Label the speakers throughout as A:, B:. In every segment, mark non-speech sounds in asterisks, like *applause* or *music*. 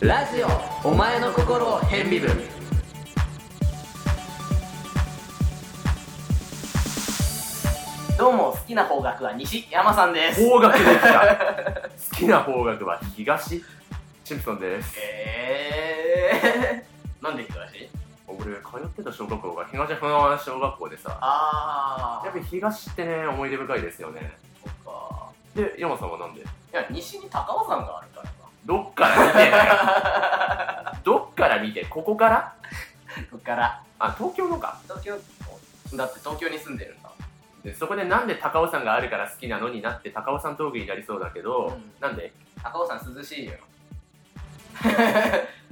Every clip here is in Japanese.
A: ラジオお前の心を変微分どうも好きな方角は西山さんです
B: 方角で来た好きな方角は東シンプソンです
A: えー、なんで東
B: 俺通ってた小学校が東船湾小学校でさ
A: あ
B: やっぱり東ってね思い出深いですよね
A: そっか
B: で山さんはなんで
A: いや西に高尾山があるから
B: どっから見てんだ
A: *laughs*
B: よどっから見てここから
A: なこっから
B: あ東京のか
A: 東京だって東京に住んでるんだ
B: でそこでなんで高尾山があるから好きなのになって高尾山峠になりそうだけど、
A: うん
B: なんで
A: 高尾山涼 *laughs* しいよ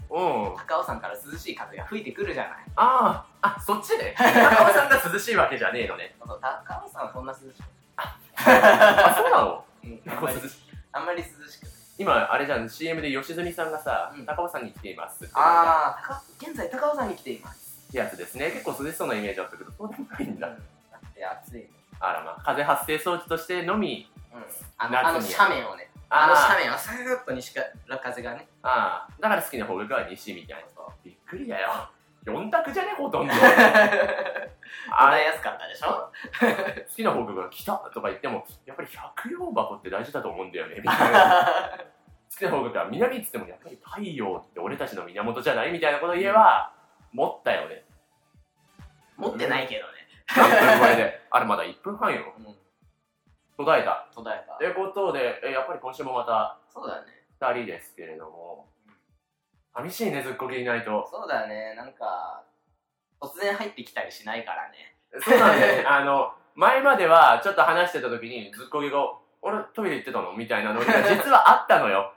B: うん
A: 高尾山から涼しい風が吹いてくるじゃない
B: あーあそっ
A: *laughs*
B: ちね高尾山が涼しいわけじゃねえのね
A: そう高尾山はそんな涼し
B: あそうなの
A: く *laughs* うんあんまりあんまり涼しくない
B: 今あれじゃん CM で吉住さんがさ、
A: うん
B: 高尾山に来ていますって
A: ああ現在高尾山に来ています
B: やつですね結構涼しそうなイメージあったけどそうでもないん
A: だ
B: だ、
A: って暑いね
B: あらまあ風発生装置としてのみ
A: うんあのあの
B: 夏に
A: 斜面をねあの斜面はさーっと西から風が *laughs* ね
B: ああだから好きな方角は西みたいなびっくりだよ4択じゃねほ
A: *laughs*
B: とんどあ
A: 洗
B: れ
A: いやすかったでしょ
B: 好きな方角が来たとか言ってもやっぱり百葉箱って大事だと思うんだよねみたい
A: *laughs*
B: な
A: あ
B: 好きな方角は南っつってもやっぱり太陽って俺たちの源じゃないみたいなこと言えば、持ったよね
A: ー持ってないけど
B: 何分これであれまだ1分半よ
A: ね、うん、
B: 途絶えた
A: 途絶えた
B: ということで、えやっぱり今週もまた
A: そうだね
B: 2人ですけれども、寂しいね、ずっこけいないと。
A: そうだねなんか突然入ってきたりしないからね
B: そうなん
A: *laughs*
B: だよね。あの、前まではちょっと話してた時に、ずっこけが、俺トイレ行ってたのみたいなの
A: *laughs*
B: が実はあったのよ。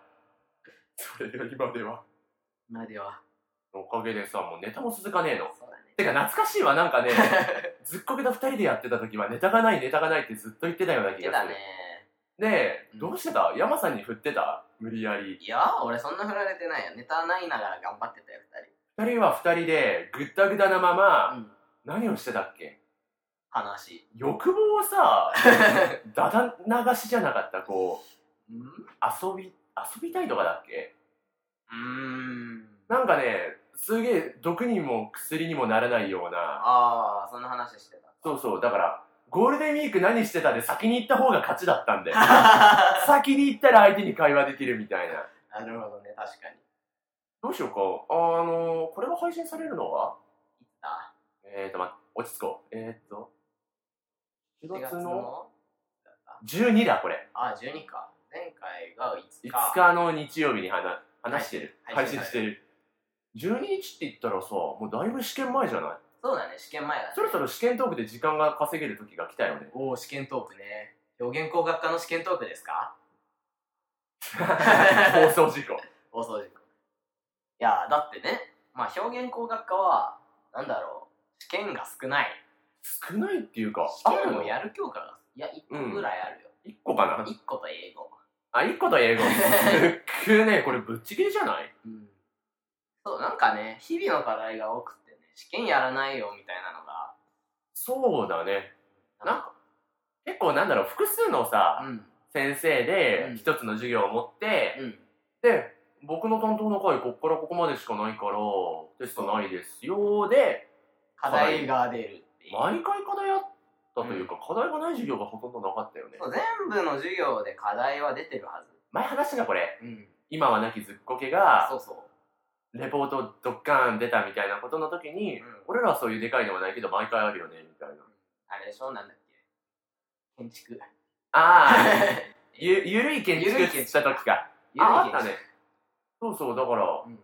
B: それが今では。
A: 今では
B: おかげでさ、もうネタも続かねえの。
A: そうだね
B: てか懐かしいわ、なんか
A: *laughs*
B: ね、ずっこけと2人でやってた時はネタがない、ネタがないってずっと言ってたような気
A: 言って
B: が
A: た
B: する。
A: ね
B: ねえ、
A: うん
B: どうしてた山さんに振ってた無理やり。
A: いや俺そんな振られてないよネタないながら頑張ってたよ
B: 2人は2人でぐったぐたなまま、
A: 二人うん
B: 何をしてたっけ
A: 話
B: 欲望を *laughs* さだだ流しじゃなかったこう
A: うんう
B: 遊び遊びたいとかだっけ
A: ーん
B: なんかねすげえ毒にも薬にもならないような
A: ああそんな話して *laughs* た
B: そうそうだからゴールデンウィーク何してたで先に行った方が勝ちだったん *laughs* で先に行ったら相手に会話できるみたいな
A: なるほどね確かに
B: どうしようかあのこれが配信されるのは
A: あ
B: えーと待って落ち着こうえーと4
A: 4
B: 月
A: 月
B: の
A: の
B: 12だこれ
A: あ12か前回が5
B: 5
A: 日
B: 日の日曜日に話話してる、
A: はい
B: 配信してる、12日って言ったらさもうだいぶ試験前じゃない
A: そうだね試験前だね
B: そろそろ試験トークで時間が稼げる時が来たよね
A: *laughs* おお試験トークね表現工学科の試験トークですか
B: 放送事故
A: 放送事故いやだってねまあ表現工学科はなんだろう試験が少ない
B: 少ないっていうかあ
A: 試験を
B: の
A: やる教科がいや1個ぐらいあるよ、
B: 1個かな
A: 1個と英語
B: あ1個と
A: *laughs*
B: 英語すっげえねこれぶっちぎりじゃない
A: うんそうなんかね日々の課題が多くてね試験やらないよみたいなのが
B: そうだねなん
A: か
B: 結構なんだろう複数のさ、
A: うん
B: 先生で
A: うん
B: 一つの授業を持って、
A: うん
B: で僕の担当の回こっからここまでしかないからテストないですよで
A: 課題が出るっていう
B: 毎回課題あったというか、課題がない授業がほとんどなかったよね
A: そう全部の授業で課題は出てるはず
B: 前話したなこれ
A: うん
B: 今はなきずっこけが
A: そうそう
B: レポートドッカーン出たみたいなことの時に、
A: うん
B: 俺らはそういうでかいのはないけど毎回あるよねみたいな
A: あれでしょなんだっけ建築
B: ああ
A: ゆ
B: *laughs* ゆゆるい建築
A: ゆる
B: っ
A: い建
B: つっ
A: 築
B: た時か
A: ゆる
B: あ
A: い
B: あった
A: 建
B: ね
A: 築
B: そうそうだから
A: うん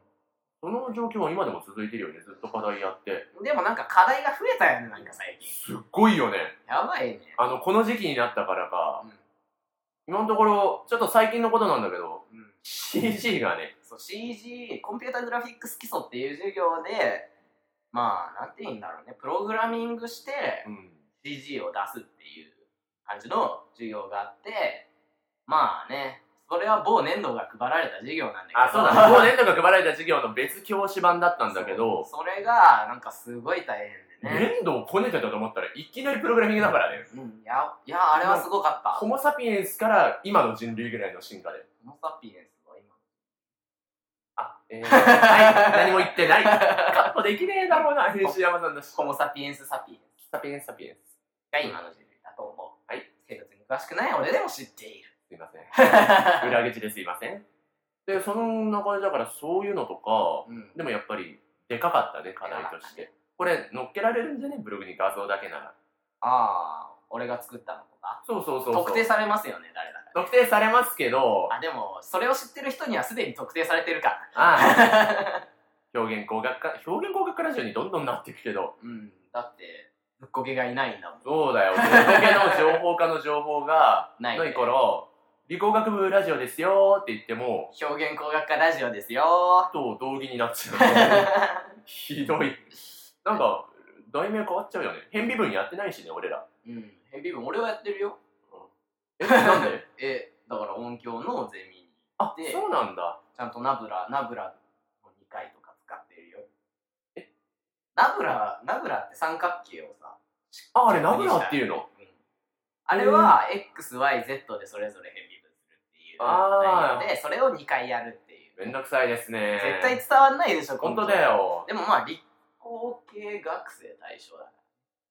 B: その状況は今でも続いてるよねずっと課題やって
A: でもなんか課題が増えたよねなんか最近
B: すっごいよね
A: やばいね
B: あのこの時期になったからか
A: うん
B: 今のところちょっと最近のことなんだけど
A: うん
B: CG がね
A: そう CG コンピュータグラフィックス基礎っていう授業でまあなんて言うんだろうねプログラミングして
B: うん
A: CG を出すっていう感じの授業があって、まあね、それは某年度が配られた授業なんだけど。
B: あ、そう *laughs* だね。5年とか配られた授業の別教師版だったんだけど、
A: そうそれが、なんかすごい大変でね。
B: 粘土をこねてたと思ったらいきなりプログラミングだからね。
A: うん、いや、いや、あれはすごかった。
B: ホ
A: ホ
B: モ・サピエンスから今の人類ぐらいの進化で。
A: モサピエンスは今。
B: あ、え *laughs* ー、はい、何も言ってない。カットできねえだろうな、 *laughs* 西山さんだし。
A: ホモサピエンスサピエンス
B: サピエンスサピエンス。
A: が今の人類だと思う。
B: はい。
A: 生物に詳しくない俺でも知っている。
B: すいません。裏口ですいません。で、その中でだからそういうのとか、
A: *laughs* うん。
B: でもやっぱりでかかったね、課題として。これ乗っけられるんじゃねブログに画像だけなら。
A: ああ、俺が作ったのとか。
B: そうそうそうそう。
A: 特定されますよね、誰だか。
B: 特定されますけど、
A: あ、でも、それを知ってる人にはすでに特定されてるか。
B: あ *laughs* あ、表現工学科、表現工学科ラジオにどんどんなっていくけど、
A: うん。だって、ぶっこけがいないんだもん。
B: そうだよ。ぶっこけの情報化の情報が
A: ないね
B: ないから、理工学部ラジオですよーって言っても、
A: 表現工学科ラジオで
B: *laughs*
A: すよ
B: と同義になっち
A: ー
B: ゃ
A: *laughs*
B: う。ひどい。なんか、題名変わっちゃうよね。変微分やってないしね、俺ら。
A: うん。ヘビー分、俺はやってるよ。 *laughs*
B: え、なんで
A: え、だから音響のゼミに。
B: あ
A: で、
B: そうなんだ。
A: ちゃんとナブラ、ナブラの2回とか使ってるよ。えナブラ、ナブラって三角形をさ、
B: あ、あれ、ナブラっていうの
A: うんあれは XYZ でそれぞれ変微分するっていう
B: あー
A: 内容でそれを2回やるっていう
B: めんどくさいですね。
A: 絶対伝わんないでしょ
B: 本当
A: こんな
B: だ
A: の
B: よ。
A: でもまあ理工系学生対象だか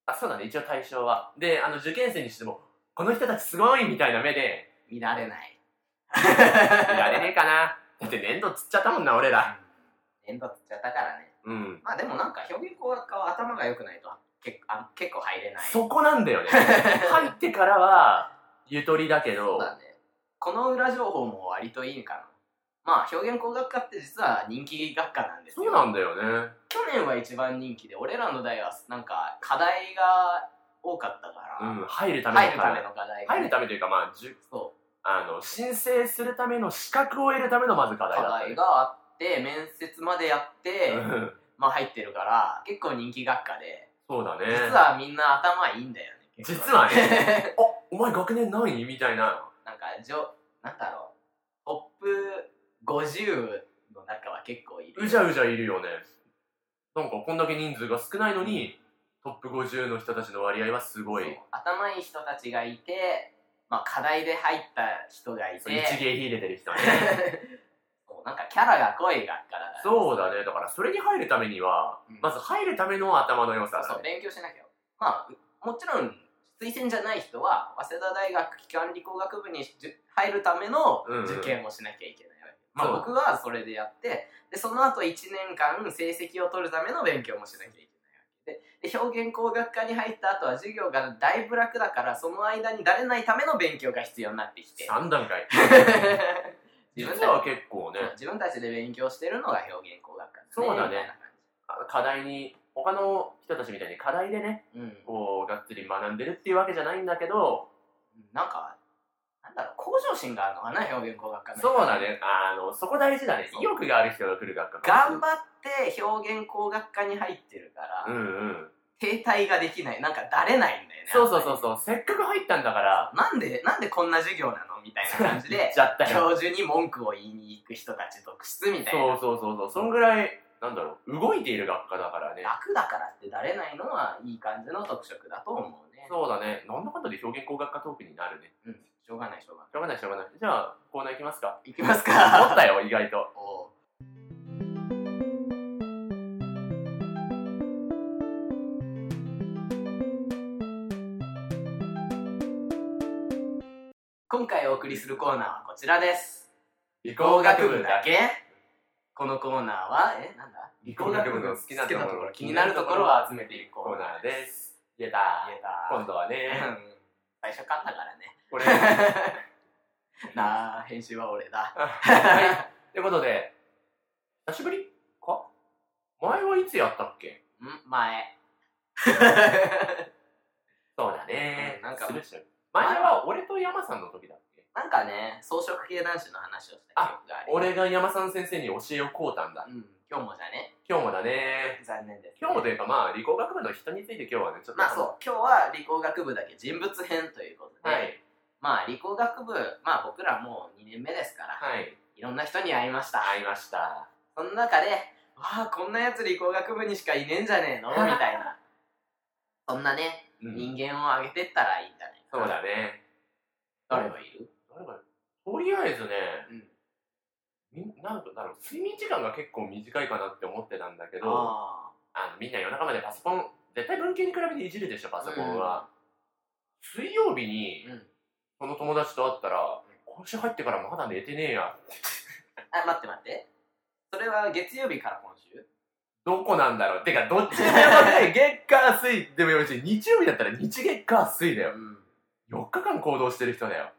B: あ、そうなんだ、一応対象は。で、あの、受験生にしても、この人たちすごいみたいな目で、
A: ら見られない
B: いられねえかな。だって粘土つっちゃったもんな、俺
A: *laughs*
B: ら。
A: 連発っちゃったからね
B: うん。
A: まあでもなんか表現工学科は頭が良くないと結構あ結構入れない
B: そこなんだ
A: *laughs*
B: よね。入ってからは、ゆとりだけ
A: そ
B: ど
A: う、だねこの裏情報も割といいかなまあ表現工学科って実は人気学科なんですよ
B: そうなんだよね。
A: 去年は一番人気で俺らの代はなんか課題が多かったから、
B: うん、入るため
A: 入
B: の
A: る
B: 課
A: ため
B: 題。
A: の課題が
B: 入
A: ね、
B: るためというか、まあ、じゅ
A: そ
B: あの、申請するための資格を得るためのまず課
A: う
B: 題
A: 課
B: だった
A: 題
B: ね。
A: があって面接までやって、
B: うん
A: まあ入ってるから結構人気学科で
B: そうだね。
A: 実はみんな頭いいんだよね結構
B: 実はね、
A: *laughs*
B: お、お前学年何位みたいな。
A: なんかじょなんだろうトップ50の中は結構いる
B: うじゃうじゃいるよね。なんかこんだけ人数が少ないのに、トップ50の人たちの割合はすごい。
A: そう頭いい人たちがいて、まあ、課題で入った人がいて
B: そう一
A: *laughs*
B: 芸秀でてる人ね。
A: もうなんかキャラが濃い学科だから
B: そうだね。だからそれに入るためには、
A: うん
B: まず入るための頭の良さ
A: そ
B: だ
A: うそう
B: ね。
A: 勉強しなきゃまあもちろん推薦じゃない人は早稲田大学機関理工学部にじゅ入るための
B: うんうん
A: 受験をしなきゃいけないわけ、
B: そう
A: まあ、僕はそれでやってでその後1年間成績を取るための勉強もしなきゃいけないわけでで表現工学科に入った後は授業がだいぶ楽だからその間にだれないための勉強が必要になってきて
B: 3段階。
A: *laughs* 自
B: 実
A: 分
B: は
A: たち
B: 結構ね、
A: 自分たちで勉強してるのが表現工学科
B: そうだね
A: みたいな感
B: あ課題に、他の人たちみたいに課題でね、
A: じうん
B: こう、がっつり学んでるっていうわけじゃないんだけど、
A: なんか、なんだろう、向上心があるのかな、表現工学科の人
B: そうだ。ね、あの、そこ大事だね。
A: そう
B: 意欲がある人が来る学科かも
A: 頑張って表現工学科に入ってるから、
B: うんうん。
A: 停滞ができない、なんかだれないんだよね。
B: そうそうそう
A: う。
B: そう、せっかく入ったんだから、
A: なんで、なんでこんな授業なのみたいな感じ
B: 言っ
A: で、
B: ちゃったよ。
A: 教授に文句を言いに行く人たち続出みたい
B: そう
A: な。
B: そうそうそう、そんぐらい、なんだろう、動いている学科だからね。
A: 楽だからってだれないのはいい感じの特色だと思うね。
B: そうだね、なんだかんだで表現工学科トークになるね。
A: うん、しょうがないしょうがな
B: しょうがないしょうがない。じゃあ、コーナー行きます
A: *laughs*
B: か。
A: い。いきます
B: 思っ
A: か。
B: たよ、意外と。
A: おう今回お送りするコーナーはこちらです
B: 理
A: 工学部だけこのコーナーはえなんだ
B: 理工学部の好きなところ
A: 好気になるところを集めていくコ
B: コ
A: ー
B: ー
A: ナ
B: ナー
A: ーで
B: ですす。言えた
A: 言え
B: 今
A: た
B: 度はね、
A: うん最初かんだからね
B: これ。
A: *laughs* なあ編集は俺だ
B: はい。ということで、久しぶりか前はいつやったっけ
A: ん前
B: そうだね
A: うんなんか
B: するっしょ前は俺と山さんの時だっけ
A: *laughs* なんかね、草食系男子の話をした記憶があり
B: 俺が山さん先生に教えをこうたんだ。
A: うん、今日もじゃね
B: 今日もだね
A: 残念です、
B: 今日もというかまあ理工学部の人について今日はねちょっと
A: まあそう今日は理工学部だけ人物編ということで、
B: はい
A: まあ理工学部まあ僕らもう2年目ですから、
B: はい
A: いろんな人に会いました
B: 会いました
A: その中で「わあこんなやつ理工学部にしかいねえんじゃねえ *laughs* の?」みたいなそんなね
B: うん
A: 人間を上げてったらいいんじゃないか
B: そうだね
A: 誰がいる
B: 誰がとりあえずね、
A: うん
B: みなんだろう睡眠時間が結構短いかなって思ってたんだけどあ
A: あ
B: のみんな夜中までパソコン絶対文系に比べていじるでしょパソコンは、水曜日に
A: あうん
B: その友達と会ったら、今週入ってからまだ寝てねえや
A: あ待って待ってそれは月曜日から今週
B: どこなんだろうてかどっ *laughs* ちでもね月火水でもよし日曜日だったら日月火水だよ
A: ん
B: 4日間行動してる人だよ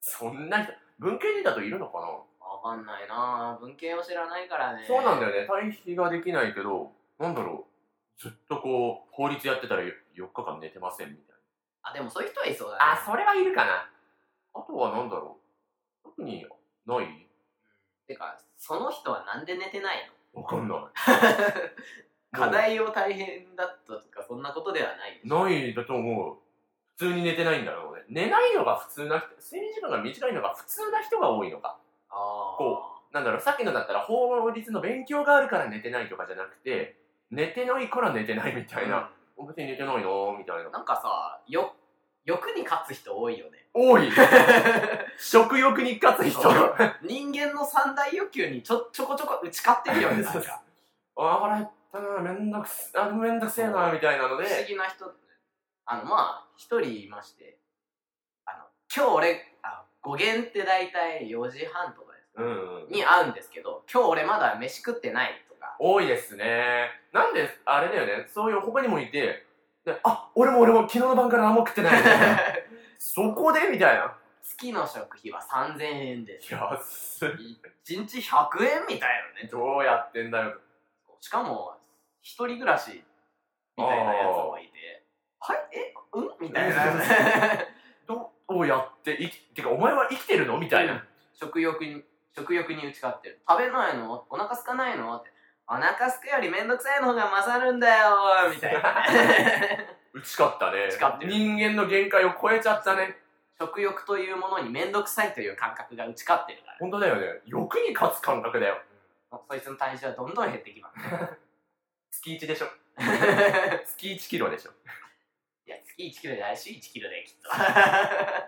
B: そんな人文系人だといるのかな
A: わかんないなあ文系を知らないからね
B: そうなんだ
A: よ
B: よね対比ができないけどなんだろうずっとこう法律やってたらよ4日間寝てませんみたい
A: あでもそういう人はいそうだね
B: なそれはいるかなあとはなんだろう特にない
A: てかその人はなんで寝てないの
B: わかんない *laughs*
A: 課題を大変だったとかそんなことではないでしょ
B: ないだと思う普通に寝てないんだろうね寝ないのが普通な人睡眠時間が短いのが普通な人が多いのか
A: ああ
B: こなんだろうさっきのだったら法律の勉強があるから寝てないとかじゃなくて寝てないから寝てないみたいな、別に寝てないなーみたいな
A: なんかさよ欲に勝つ人多いよね
B: 多い食欲に勝つ *laughs* 人
A: そう *laughs* 人間の三大欲求にちょちょこちょこ打ち勝ってるよねなんか
B: あ腹減ったなめんどくせあめんどくせえなみたいなの
A: 不思
B: で
A: 議な人あのまあ一人いましてあの今日俺あ語源って大体4時半とかですか、
B: うんうん
A: に会うんですけど今日俺まだ飯食ってないと
B: *laughs*
A: か
B: 多いですねなんであれだよねそういう他にもいてであ俺も俺も昨日の晩から何も食ってない、
A: *laughs*
B: ね、そこでみたいな
A: 月の食費は3000円です
B: 安い
A: 1日100円みたいなね
B: どうやってんだよ
A: しかも一人暮らしみたいなやつもいてはいえうんみたい
B: う
A: な
B: んどうやって生きてかお前は生きてるのみたいな、
A: 食欲に食欲に打ち勝ってる食べないのお腹空かないのってお腹空くよりめんどくさいの方が勝るんだよみたいなね
B: 打ち勝ったね
A: 打ち勝ってる
B: 人間の限界を超えちゃったね
A: 食欲というものにめんどくさいという感覚が打ち勝ってるから
B: 本当だよね欲に勝つ感覚だよ
A: そいつの体重はどんどん減ってきます
B: 月1でしょ月1キロでしょ
A: いや月1キロで来週1キロできっと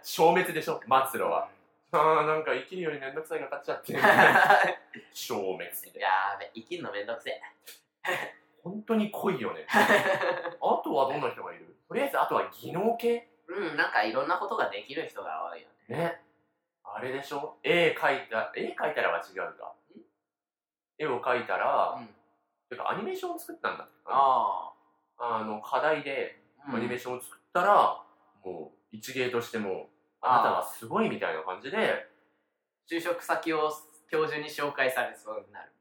B: 消滅でしょ末路はああ、なんか生きるよりめんどくさいが勝っ *laughs*
A: *laughs*
B: ちゃって。
A: や
B: 消滅みたいな。
A: ーべ生きるのめんどくせえ
B: 本当に濃いよね。あとはどんな人がいるとりあえず、あとは技能系
A: うんなんかいろんなことができる人が多いよね
B: ね。あれでしょ絵描いた、絵描いたらは違うか。絵を描いたら、
A: うん
B: てかアニメーションを作ったんだ。
A: あ
B: あの、課題で
A: あ、うん
B: アニメーションを作ったら、もう、一芸としても、あなたはすごいみたいな感じで、
A: 就職先を教授に紹介されそうになる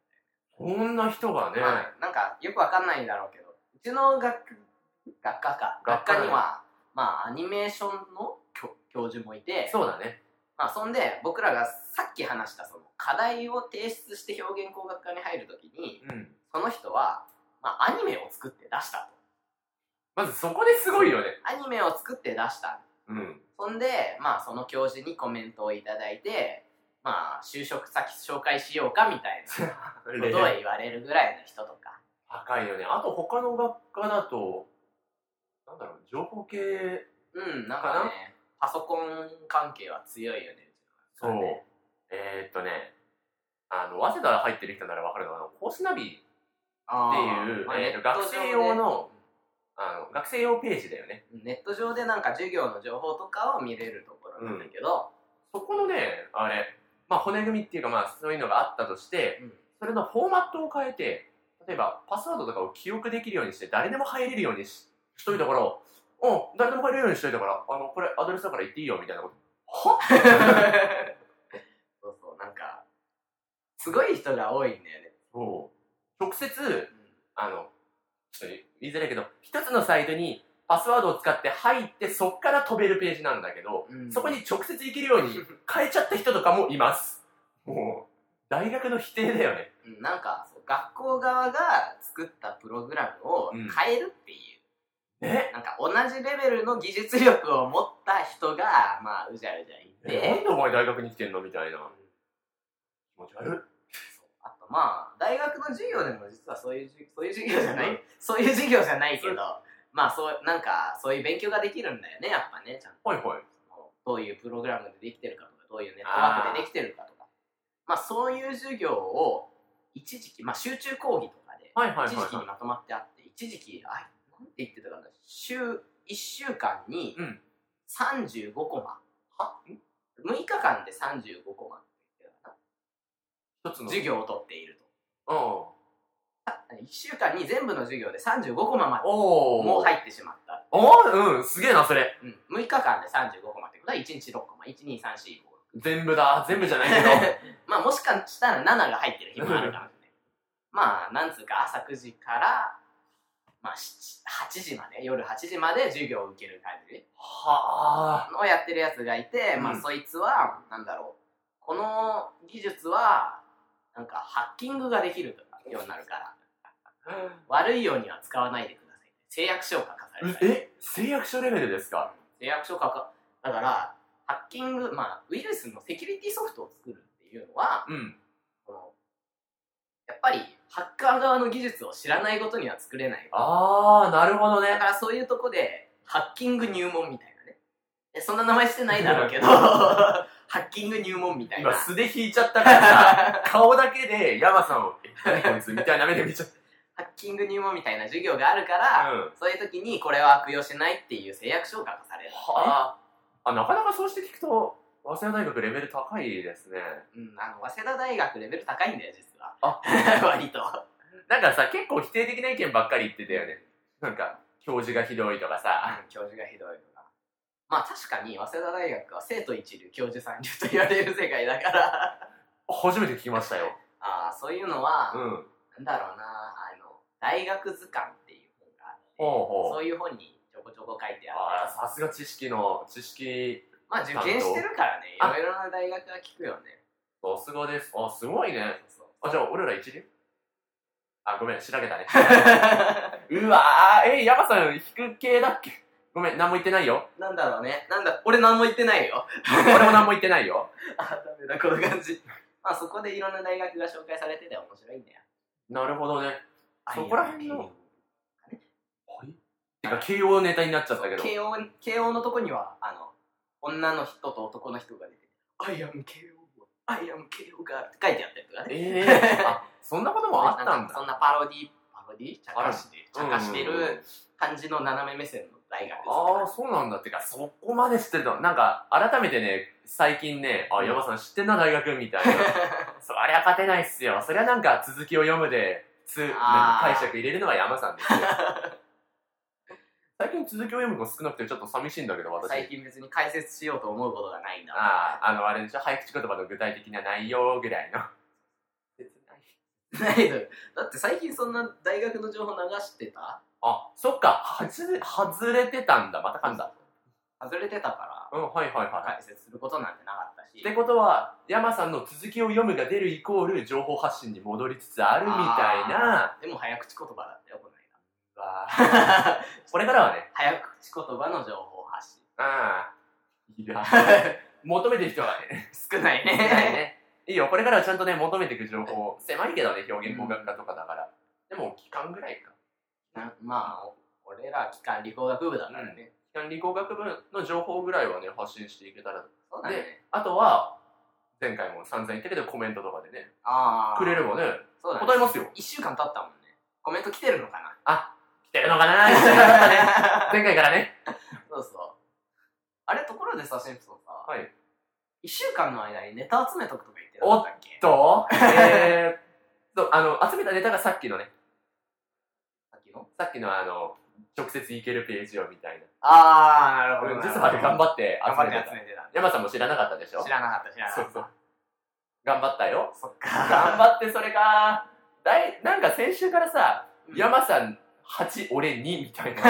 B: こんな人がね、
A: まあ、なんかよくわかんないんだろうけどうちの学学科か
B: 学
A: 学
B: 科
A: 科
B: ね
A: にはまあアニメーションの教教授もいて
B: そうだね。
A: まあ、そんで僕らがさっき話したその課題を提出して表現工学科に入るときに
B: うん。
A: その人は、まあ、アニメを作って出したと
B: まずそこですごいよね。
A: アニメを作って出した
B: うん。
A: そんで、まあ、その教授にコメントをいただいてまあ就職先紹介しようかみたい *laughs* なことを言われるぐらいの人とか
B: 高いよねあと他の学科だとなんだろう情報系
A: うん、なんか
B: かな
A: ね、パソコン関係は強いよね。ちの学校ね
B: えー、っとねあの早稲田入ってる人ならわかるのはコースナビっていう
A: あーまあ
B: えーっ
A: ネ
B: と
A: ット
B: 学
A: 上で
B: 生用のあの学生用ページだよね
A: うんネット上でなんか授業の情報とかを見れるところなんだけど、
B: そこのねあれまあ骨組みっていうかまあそういうのがあったとして
A: うん *laughs*
B: それのフォーマットを変えて例えばパスワードとかを記憶できるようにして誰でも入れるようにししといたからうん誰でも入れるようにしといたからあのこれアドレスだから言っていいよみたいなことは
A: そうそう、なんか、すごい人が多いんだよね。
B: そう。直接、あの、ちょっと言いづらいけど、一つのサイトにパスワードを使って入って、そっから飛べるページなんだけど、
A: うん
B: そこに直接行けるように変えちゃった人とかもいます。もう、大学の否定だよね。
A: *laughs* うん、なんかそう学校側が作ったプログラムを
B: うん
A: 変えるっていう、
B: ね
A: なんか同じレベルの技術力を持った人がまあうじゃうじゃい
B: えなん
A: て
B: でお前大学に来てんのみたいな気持ち悪い
A: あとまあ大学の授業でも実はそういう授そういう授業じゃない、そういう授業じゃないけど、まあそうなんかそういう勉強ができるんだよねやっぱねちゃんと
B: はいはい
A: どういうプログラムでできてるかとかどういうネットワークでできてるかとかまあそういう授業を一時期まあ集中講義とかで
B: はいはいはい
A: 一時期
B: は
A: にまとまってあって一時期あなんて言ってたかな週1週間に
B: うん
A: 35コマ、6日間で35コマって言ってたか
B: い一つ
A: な
B: の
A: 授業を取っていると
B: うん
A: 1週間に全部の授業で35コマまで
B: おお
A: もう入ってしまった、
B: おおうんすげえなそれ
A: うん、6日間で35コマってことは1日6コマ
B: *laughs*
A: 12345
B: 全部だ全部じゃない
A: *laughs*
B: けど
A: まあもしかしたら7が入ってる日もあるかもしれない。まあなんつうか朝9時から、まあ、7 8時まで夜8時まで授業を受ける感じ
B: はあ
A: をやってるやつがいて、ま
B: う
A: あ
B: ん
A: そいつはなんだろうこの技術はなんかハッキングができるとかようになるから悪いようには使わないでください誓約書を書かされたり
B: え誓約書レベルですか
A: 誓約書を書かだからハッキング、まあ、ウイルスのセキュリティソフトを作るっていうのは
B: うん
A: このやっぱりハッカー側の技術を知らないことには作れない
B: ああなるほど
A: だ
B: ね
A: からそういうとこでハッキング入門みたいなねえそんな名前してないだろう
B: *laughs*
A: けど
B: うん
A: ハッキング入門みたいな *laughs*
B: 今素で引いちゃったからさ顔だけで山さんを「え何こいつ」みたいな目で見ちゃっ
A: ハッキング入門みたいな授業があるから、
B: たうん
A: そういう時にこれは悪用しないっていう誓約書を書かされる、
B: はああなかなかそうして聞くと早稲田大学レベル高いですね
A: うん、あの早稲田大学レベル高いんだよ実は
B: あ
A: *laughs* 割と
B: なんかさ結構否定的な意見ばっかり言ってたよねなんか教授がひどいとかさ
A: うん教授がひどいのがまあ確かに早稲田大学は生徒一流教授三流と言われる世界だから
B: 初めて聞きましたよ
A: ああそういうのは、
B: うん
A: なんだろうなあの大学図鑑っていう本があって
B: ほうほう
A: そういう本にちょこちょこ書いて
B: あ
A: あっ
B: ー
A: て
B: さすが知識の知識
A: まあ受験してるからねい
B: あ
A: ろいろな大学が聞くよね
B: さすがですあすごいね
A: そう
B: あじゃあ俺ら一流あごめん調べたね
A: そう
B: わーえ山さん引く系だっけごめん何も言ってないよ
A: う *laughs* なんだろうねなんだ俺何も言ってないよ
B: 俺も何も言ってないよ
A: あダメだこの感じまあそこでいろんな大学が紹介されてて面白いんだよ
B: なるほどねそこら辺のはいてか慶応ネタになっちゃったけど
A: 慶応慶応のとこにはあの女の人と男の人が出て「I am 慶応 I am 慶応が」って書いてあったりとかね
B: え *laughs* えあそんなこともあったん
A: かそ
B: だ
A: んなパロディパロディちゃ
B: あ
A: からしちゃかして
B: うんうんうん
A: る感じの斜め目線の大学です
B: ああそうなんだってかそこまで知ってるとなんか改めてね最近ねあ
A: うん
B: 山さん知ってんな大学みたいな *laughs* そりゃ勝てないっすよそりゃなんか続きを読むでつなんか
A: あー
B: 解釈入れるのは山さん *laughs* ですよ最近続きを読む子少なくてちょっと寂しいんだけど私
A: 最近別に解説しようと思うことがないんだ
B: あああのあれでしょ早口言葉の具体的な内容ぐらいの
A: ないのよだって最近そんな大学の情報流してた
B: あそっかはず外れてたんだまた噛んだ
A: 外れてたか
B: うんはいはいはい
A: ら
B: はい
A: 解説することなんてなかったし
B: ってことは、山さんの続きを読むが出るイコール情報発信に戻りつつあるみたいな、
A: でも早口言葉だったよこの
B: わあ
A: 間
B: これからはね、
A: *laughs* 早口言葉の情報発信
B: ああ、いや、 *laughs* 求めてる人はね、
A: 少ない
B: いない
A: ね
B: ね。いいよ、これからはちゃんとね、求めていく情報、狭いけどね、表現工学科とかだから。でも、期間ぐらいか。
A: なまあ俺ら機関理工学部だからね、
B: 期間理工学部の情報ぐらいはね、発信していけたら。
A: そうだね
B: あとは、前回も散々言ったけど、コメントとかでね、
A: ああ
B: くれればね、
A: そうだね
B: 答えますよ。
A: 1週間経ったもんねコメント来てるの
B: *laughs*
A: かな
B: 来てるのかな一緒だ
A: *laughs*
B: ったね。前回からね。
A: そうそうあれところでさシンプソンさ、
B: はい
A: 1週間の間にネタ集めとくとか言ってなかったっけ
B: と、えー、と、あの、集めたネタがさっきのね、
A: さっきの
B: さっきのあの、直接いけるページをみたいな。
A: ああな
B: うん実はあれ頑張って
A: 頑張っ
B: 集
A: て
B: め
A: 集
B: てた。
A: めてた
B: 山さんも知らなかったでしょ
A: 知らなかった知らなか
B: そう
A: った
B: そう。頑張ったよ。
A: そっ
B: 頑
A: *laughs* か
B: 張ってそれが、だい、なんか先週からさ、
A: うん
B: 山さん8、俺2みたいな。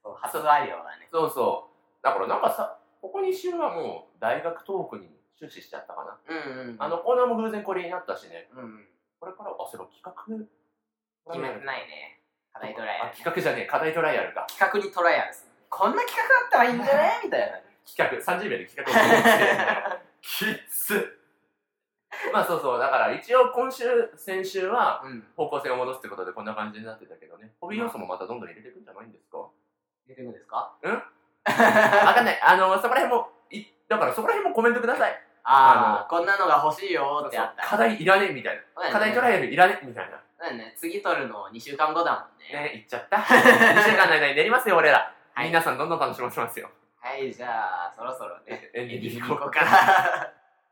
A: そう発想アイデアだね
B: そうそう。だからなんかさ、ここ2週はもう大学トークに終始しちゃったかな。
A: うんうん
B: あのコーナーも偶然これになったしね。
A: うんうん
B: これからは、あ、そういえば企画
A: 決めてないね課題トライア
B: あ
A: ル
B: 企画じゃねえ、課題トライアルか。
A: 企画にトライアルするこんな企画あったらいいんじゃないみたいな
B: 企画、30秒で企画を作ってみたいなきっつまあそうそう、だから一応今週、先週は、
A: *laughs* うん
B: 方向性を戻すってことでこんな感じになってたけどね、ホビー要素もまたどんどん入れていくんじゃないんですか
A: 出てくるんですか
B: うん
A: *laughs* あ
B: わかんない。あの、そこら辺も、いだからそこら辺もコメントください。
A: あーこんなのが欲しいよーってあった
B: 課題いらねえみたいな。課題ト
A: イ
B: ライアルいらねえみたいな。
A: アルね次取るの2週間後だもんね
B: ね、言っちゃった。2週 *laughs* 間の間に練りますよ、俺ら。
A: はい
B: 皆さんどんどん楽しませますよ。
A: はいじゃあそろそろ
B: *laughs*
A: ね
B: エン
A: エ
B: デ
A: ン
B: ィ
A: デ
B: ン
A: ィ
B: グに行
A: ング
B: こ
A: いこ
B: う
A: うかな *laughs*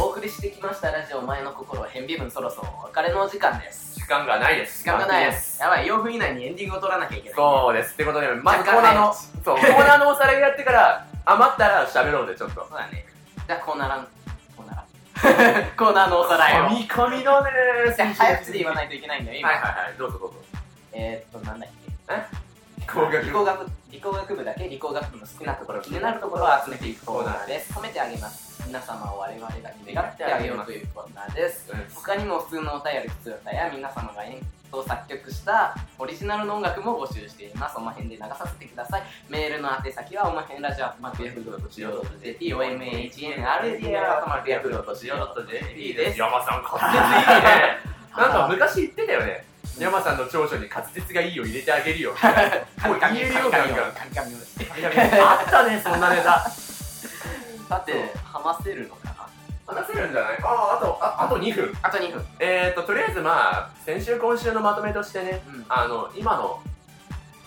A: お送りしてきましたラジオ前の心変微分そろそろお別れのお時間です
B: 時間がないです。
A: 時間がないですやばい4分以内にエンディングを取らなきゃいけない
B: そうです。ってことで、まずコ
A: 若
B: ー
A: 干
B: ナーの、
A: ね
B: そう、コーナーのおさらいやってから、余ったら喋ろうで、ちょっと。
A: そうだねじゃあコーナーランコーナーラ
B: *laughs*
A: ンコーナーのおさらいを
B: 神々だねー。
A: じゃあ早口で言わ
B: ない。
A: ないといけないんだよ今、
B: はいはいはい、どうぞどうぞ。
A: えー、っとなんだっけ
B: 飛行
A: 理
B: 学
A: 工学理工学部だけ理工学部の少なところ気になるところを集めていくコーナーです褒めてあげます皆様を我々が願ってあげようというコーナーです他にも普通のお便り普通歌や皆様が演奏作曲したオリジナルの音楽も募集していますおまへんで流させてくださいメールの宛先はおまへんラジオマクヤフード .co.jp omahenradio.co.jp です
B: 山さん、滑舌いいね。なんか昔言ってたよね。山さんの長所に滑舌がいいを入れてあげるよ。もう言えるようになるから。
A: カミカミをして
B: あったね、そんなネタ。
A: さて話せるのかな
B: 話せるんじゃないああ、と、ああと2分。
A: あと2分
B: えーと、とりあえずまあ、先週今週のまとめとしてね、
A: うん
B: あの、今の、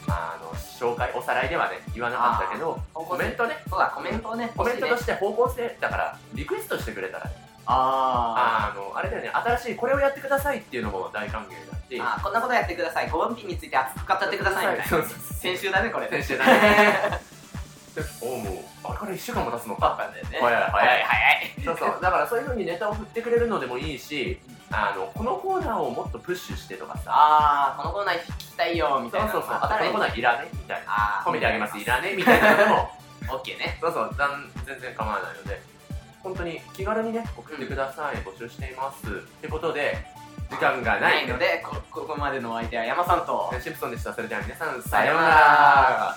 B: まあ、あの、紹介、おさらいではね、言わなかったけど、コメントね、
A: そうだコメントをね
B: コメントと
A: 欲しいね
B: して方向性、だから、リクエストしてくれたらね、
A: あ
B: あの、あれだよね、新しいこれをやってくださいっていうのも大歓迎だ
A: ー
B: し、
A: あーこんなことやってください5ンピンについて熱く語ってくださいみたい
B: そう
A: な
B: そうそう
A: 先週だねこれ
B: 先週だ
A: *laughs*
B: ね。おお、もう、あれから1週間も経つのか。
A: だよね
B: 早い早い
A: 早い
B: そうそう、だからそういうふうにネタを振ってくれるのでもいいし、あの、このコーナーをもっとプッシュしてとかさ、
A: ああこのコーナー聞きたいよみ
B: そ
A: た
B: う
A: いな
B: そうそう、
A: あ
B: あ
A: った
B: こ
A: ら
B: の
A: いい
B: コーナーいらねみたいな。
A: あー
B: 褒めてあげます、いらねみたいなのでも、 *laughs*
A: オッケーね
B: そうそう、だん全然構わないので、本当に気軽にね、送ってください、募集しています。ってことで、時間がない
A: のでこここまでのお相手は山さんと
B: シンプソンでした。それでは皆さん、さようなら。